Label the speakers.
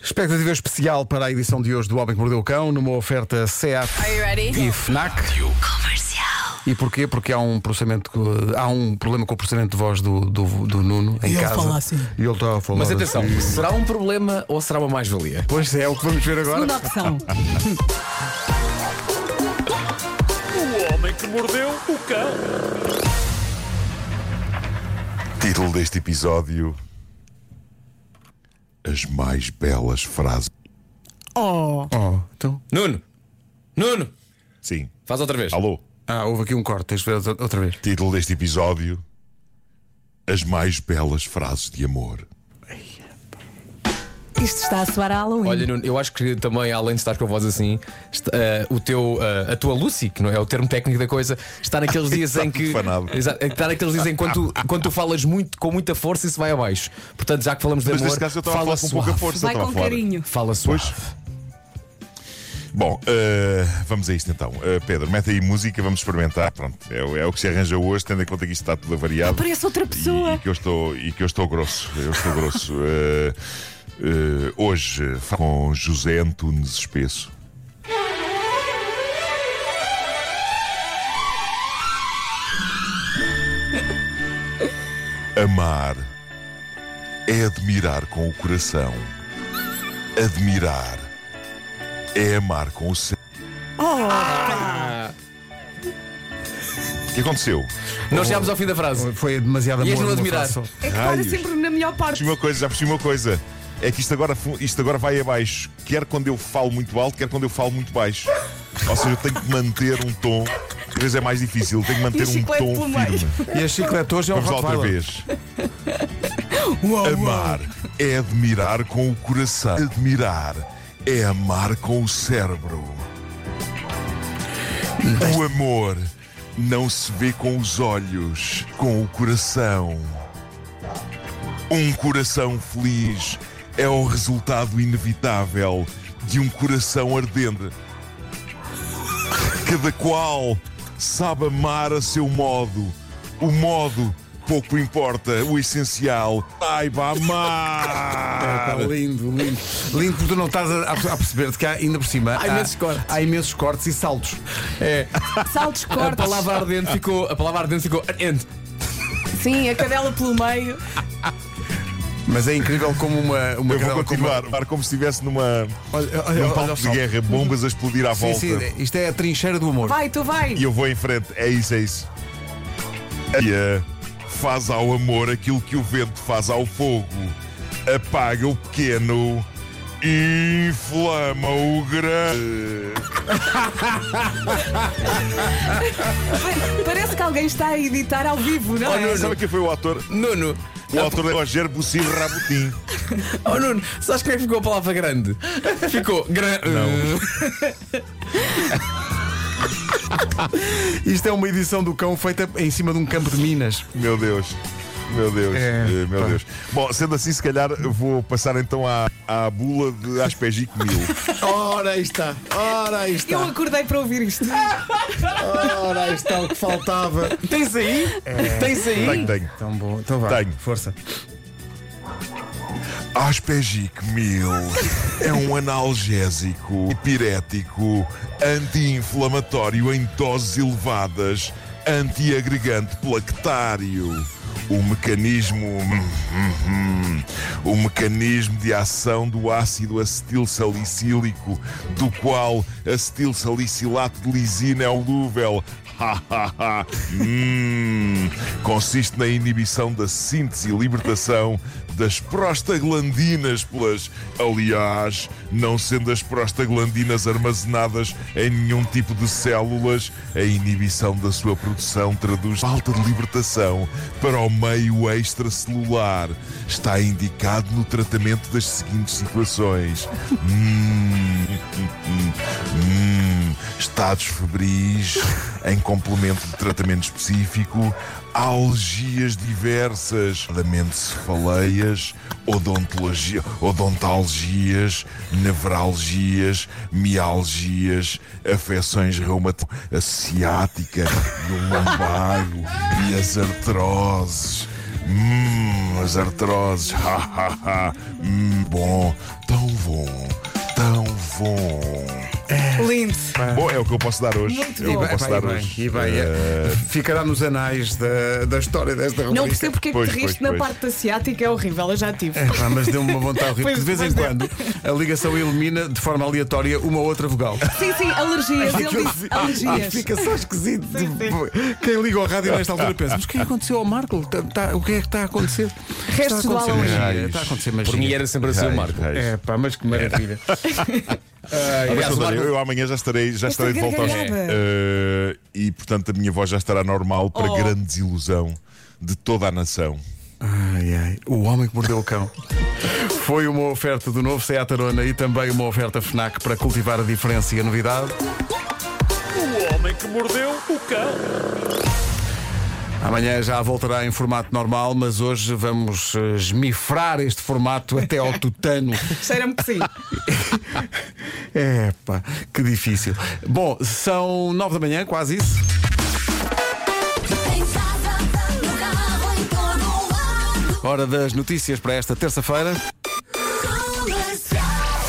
Speaker 1: Expectativa especial para a edição de hoje do Homem que Mordeu o Cão, numa oferta SEAT
Speaker 2: Are you ready?
Speaker 1: e FNAC. E porquê? Porque há um processamento, co- há um problema com o processamento de voz do, do, do Nuno em
Speaker 3: E ele
Speaker 1: casa.
Speaker 3: fala assim.
Speaker 1: E ele está a falar.
Speaker 4: Mas atenção,
Speaker 1: assim.
Speaker 4: será um problema ou será uma mais-valia?
Speaker 1: Pois é, é o que vamos ver agora.
Speaker 3: Segunda opção.
Speaker 5: Título deste episódio: As mais belas frases.
Speaker 3: Oh,
Speaker 1: Oh, então.
Speaker 4: Nuno! Nuno!
Speaker 5: Sim.
Speaker 4: Faz outra vez.
Speaker 5: Alô?
Speaker 1: Ah, houve aqui um corte, tens de ver outra outra vez.
Speaker 5: Título deste episódio: As mais belas frases de amor.
Speaker 3: isto está a soar a Halloween.
Speaker 4: Olha, Nuno, eu acho que também, além de estar com a voz assim, est- eh, o teu, eh, a tua Lucy, que não é o termo técnico da coisa, está naqueles dias em que.
Speaker 5: Fanado.
Speaker 4: Exato, está naqueles dias em que quando, tu- quando tu falas muito, com muita força, isso vai abaixo. Portanto, já que falamos de
Speaker 5: Mas
Speaker 4: amor,
Speaker 5: neste caso eu estava a
Speaker 4: fala
Speaker 5: falar com pouca
Speaker 4: suave.
Speaker 5: força.
Speaker 3: Vai
Speaker 5: estava
Speaker 3: com
Speaker 5: a falar.
Speaker 3: carinho.
Speaker 4: Fala
Speaker 5: Pois.
Speaker 4: suave.
Speaker 5: Bom, eh, vamos a isto então. Eh, Pedro, mete aí música, vamos experimentar. Pronto, é, o- é o que se arranja hoje, tendo em conta que isto está tudo avariado.
Speaker 3: Parece outra
Speaker 5: E,
Speaker 3: pessoa.
Speaker 5: e que eu estou, e que eu estou grosso. Eu estou grosso. Eh, eh, hoje eh, falo com José Antunes Espesso. Amar é admirar com o coração. Admirar é amar com o céu. O que aconteceu?
Speaker 4: Nós chegámos ao fim da frase.
Speaker 1: Foi demasiado
Speaker 4: E és
Speaker 1: amor.
Speaker 4: não
Speaker 1: numa
Speaker 4: admirar.
Speaker 1: frase só.
Speaker 3: É que para
Speaker 5: Raios.
Speaker 3: sempre na melhor parte.
Speaker 5: percebi uma coisa, já percebi uma coisa. É que isto agora, fu- isto agora vai abaixo, quer quando eu falo muito alto, quer quando eu falo muito baixo. Ou seja, eu tenho que manter um tom, às vezes é mais difícil, tenho que
Speaker 3: E
Speaker 5: manter
Speaker 3: o
Speaker 5: um
Speaker 3: chiclete
Speaker 5: tom
Speaker 3: pelo meio.
Speaker 5: firme.
Speaker 1: E a chiclete hoje é um
Speaker 5: Vamos lá outra
Speaker 1: Rottweiler.
Speaker 5: vez. Amar é admirar com o coração. Admirar é amar com o cérebro. O amor não se vê com os olhos, com o coração. Um coração feliz é o resultado inevitável de um coração ardente. Cada qual sabe amar a seu modo. O modo pouco importa, o essencial. Saiba
Speaker 1: Ah,
Speaker 5: amar!
Speaker 1: lindo, lindo. Lindo porque tu não estás a, a perceber-te que há, ainda por cima
Speaker 4: Há imensos cortes.
Speaker 1: há imensos cortes e saltos.
Speaker 4: É,
Speaker 3: Saltos,
Speaker 4: a
Speaker 3: cortes.
Speaker 4: palavra
Speaker 5: Ah.
Speaker 4: ardente ficou. A palavra ardente ficou. ardente.
Speaker 3: Sim, a cadela pelo meio.
Speaker 1: Mas é incrível como uma, uma
Speaker 5: Eu vou
Speaker 1: cadela- como-
Speaker 5: continuar, um como, se estivesse numa,
Speaker 1: Olha, olha,
Speaker 5: num
Speaker 1: olha,
Speaker 5: palco
Speaker 1: o
Speaker 5: de
Speaker 1: salto.
Speaker 5: guerra, bombas a explodir à
Speaker 1: Sim,
Speaker 5: volta.
Speaker 1: sim, isto é a trincheira do amor.
Speaker 3: Vai, tu vai.
Speaker 5: E eu vou em frente, é isso, é isso. E, eh, faz ao amor aquilo que o vento faz ao fogo. Apaga o pequeno e inflama o grande.
Speaker 3: Vai. Parece que alguém está a editar ao vivo, não é?
Speaker 5: Olha, sabe quem foi o ator?
Speaker 4: Nuno!
Speaker 5: O autor é Roger Bucir Rabutin.
Speaker 4: Oh Nuno, sabes como é que ficou a palavra grande? Ficou grande.
Speaker 1: Isto é uma edição do cão feita em cima de um campo de minas.
Speaker 5: Meu Deus. Meu Deus,
Speaker 1: É,
Speaker 5: Eh, meu
Speaker 1: pá.
Speaker 5: Deus. Bom, sendo assim, se calhar vou passar então à, à bula de Aspegico Mil.
Speaker 1: Ora aí está, ora aí está,
Speaker 3: Eu acordei para ouvir isto.
Speaker 1: ora aí está o que faltava.
Speaker 4: Tens aí? Tens aí?
Speaker 5: Tenho, tenho.
Speaker 1: Tão bom, então vá.
Speaker 5: Tenho.
Speaker 1: Força.
Speaker 5: Aspegic Mil é um analgésico, pirético, anti-inflamatório em doses elevadas, antiagregante plaquetário. O mecanismo. hum, hum, hum, O mecanismo de ação do ácido acetil salicílico, do qual acetil salicilato de lisina é solúvel. Ha, ha, ha. Hum. Consiste na inibição da síntese e libertação das prostaglandinas pelas. Aliás, não sendo as prostaglandinas armazenadas em nenhum tipo de células, a inibição da sua produção traduz falta de libertação para o meio extracelular. Está indicado no tratamento das seguintes situações. Hum, hum, hum, hum. Estados febris em complemento de tratamento específico, algias diversas, lamento cefaleias, odontologia, odontalgias, nevralgias, mialgias, afecções reumatórias, a ciática, do lumbago e as artroses. Hum, as artroses. Ha, ha, ha. Hum, bom, tão bom, tão bom.
Speaker 3: Lindo.
Speaker 5: Bom, é o que eu posso dar hoje.
Speaker 3: Muito
Speaker 5: é o
Speaker 3: bom.
Speaker 5: que eu
Speaker 1: Vai,
Speaker 5: posso
Speaker 1: vai,
Speaker 5: dar
Speaker 1: vai,
Speaker 5: hoje. Eh,
Speaker 1: e vai, é. Ficará nos anais da, da história desta rubrica.
Speaker 3: Não percebo porque é que
Speaker 5: Pois,
Speaker 3: te riste
Speaker 5: pois,
Speaker 3: na
Speaker 5: pois.
Speaker 3: parte asiática, é horrível, eu já tive.
Speaker 1: É, pá, mas deu-me uma vontade horrível,
Speaker 3: Pois,
Speaker 1: porque de vez em
Speaker 3: pois deu.
Speaker 1: quando a ligação elimina de forma aleatória uma outra vogal.
Speaker 3: Sim, sim, alergias. Ele disse alergias.
Speaker 1: fica só esquisito. Tipo,
Speaker 3: Sim, sim.
Speaker 1: Quem liga ao rádio nesta altura pensa: mas o que é que aconteceu ao Marco? Tá- tá- o que é que está a acontecer?
Speaker 3: Restos
Speaker 1: está a acontecer
Speaker 3: do Halloween.
Speaker 1: magia. Está a acontecer magia.
Speaker 4: Por mim era sempre assim o
Speaker 5: Raios,
Speaker 4: Marco.
Speaker 5: raios.
Speaker 1: É, pá, mas que maravilha.
Speaker 5: Mas,
Speaker 4: Aliás, o
Speaker 5: António,
Speaker 4: Marco-
Speaker 5: eu amanhã já estarei, já
Speaker 3: Esta
Speaker 5: estarei de volta aos,
Speaker 3: gargalhada.
Speaker 5: Eh, e portanto a minha voz já estará normal para
Speaker 3: Oh.
Speaker 5: grande desilusão de toda a nação.
Speaker 1: Ai, ai. O homem que mordeu o cão. Foi uma oferta do novo Seat Arona e também uma oferta Fnac para cultivar a diferença e a novidade.
Speaker 2: O homem que mordeu o cão.
Speaker 1: Amanhã já voltará em formato normal, mas hoje vamos eh, esmifrar este formato até ao tutano.
Speaker 3: Cheira-me que sim.
Speaker 1: É, pá, que difícil. Bom, são nove da manhã, quase isso.
Speaker 6: Em casa, no carro, em todo lado.
Speaker 1: Hora das notícias para esta terça-feira.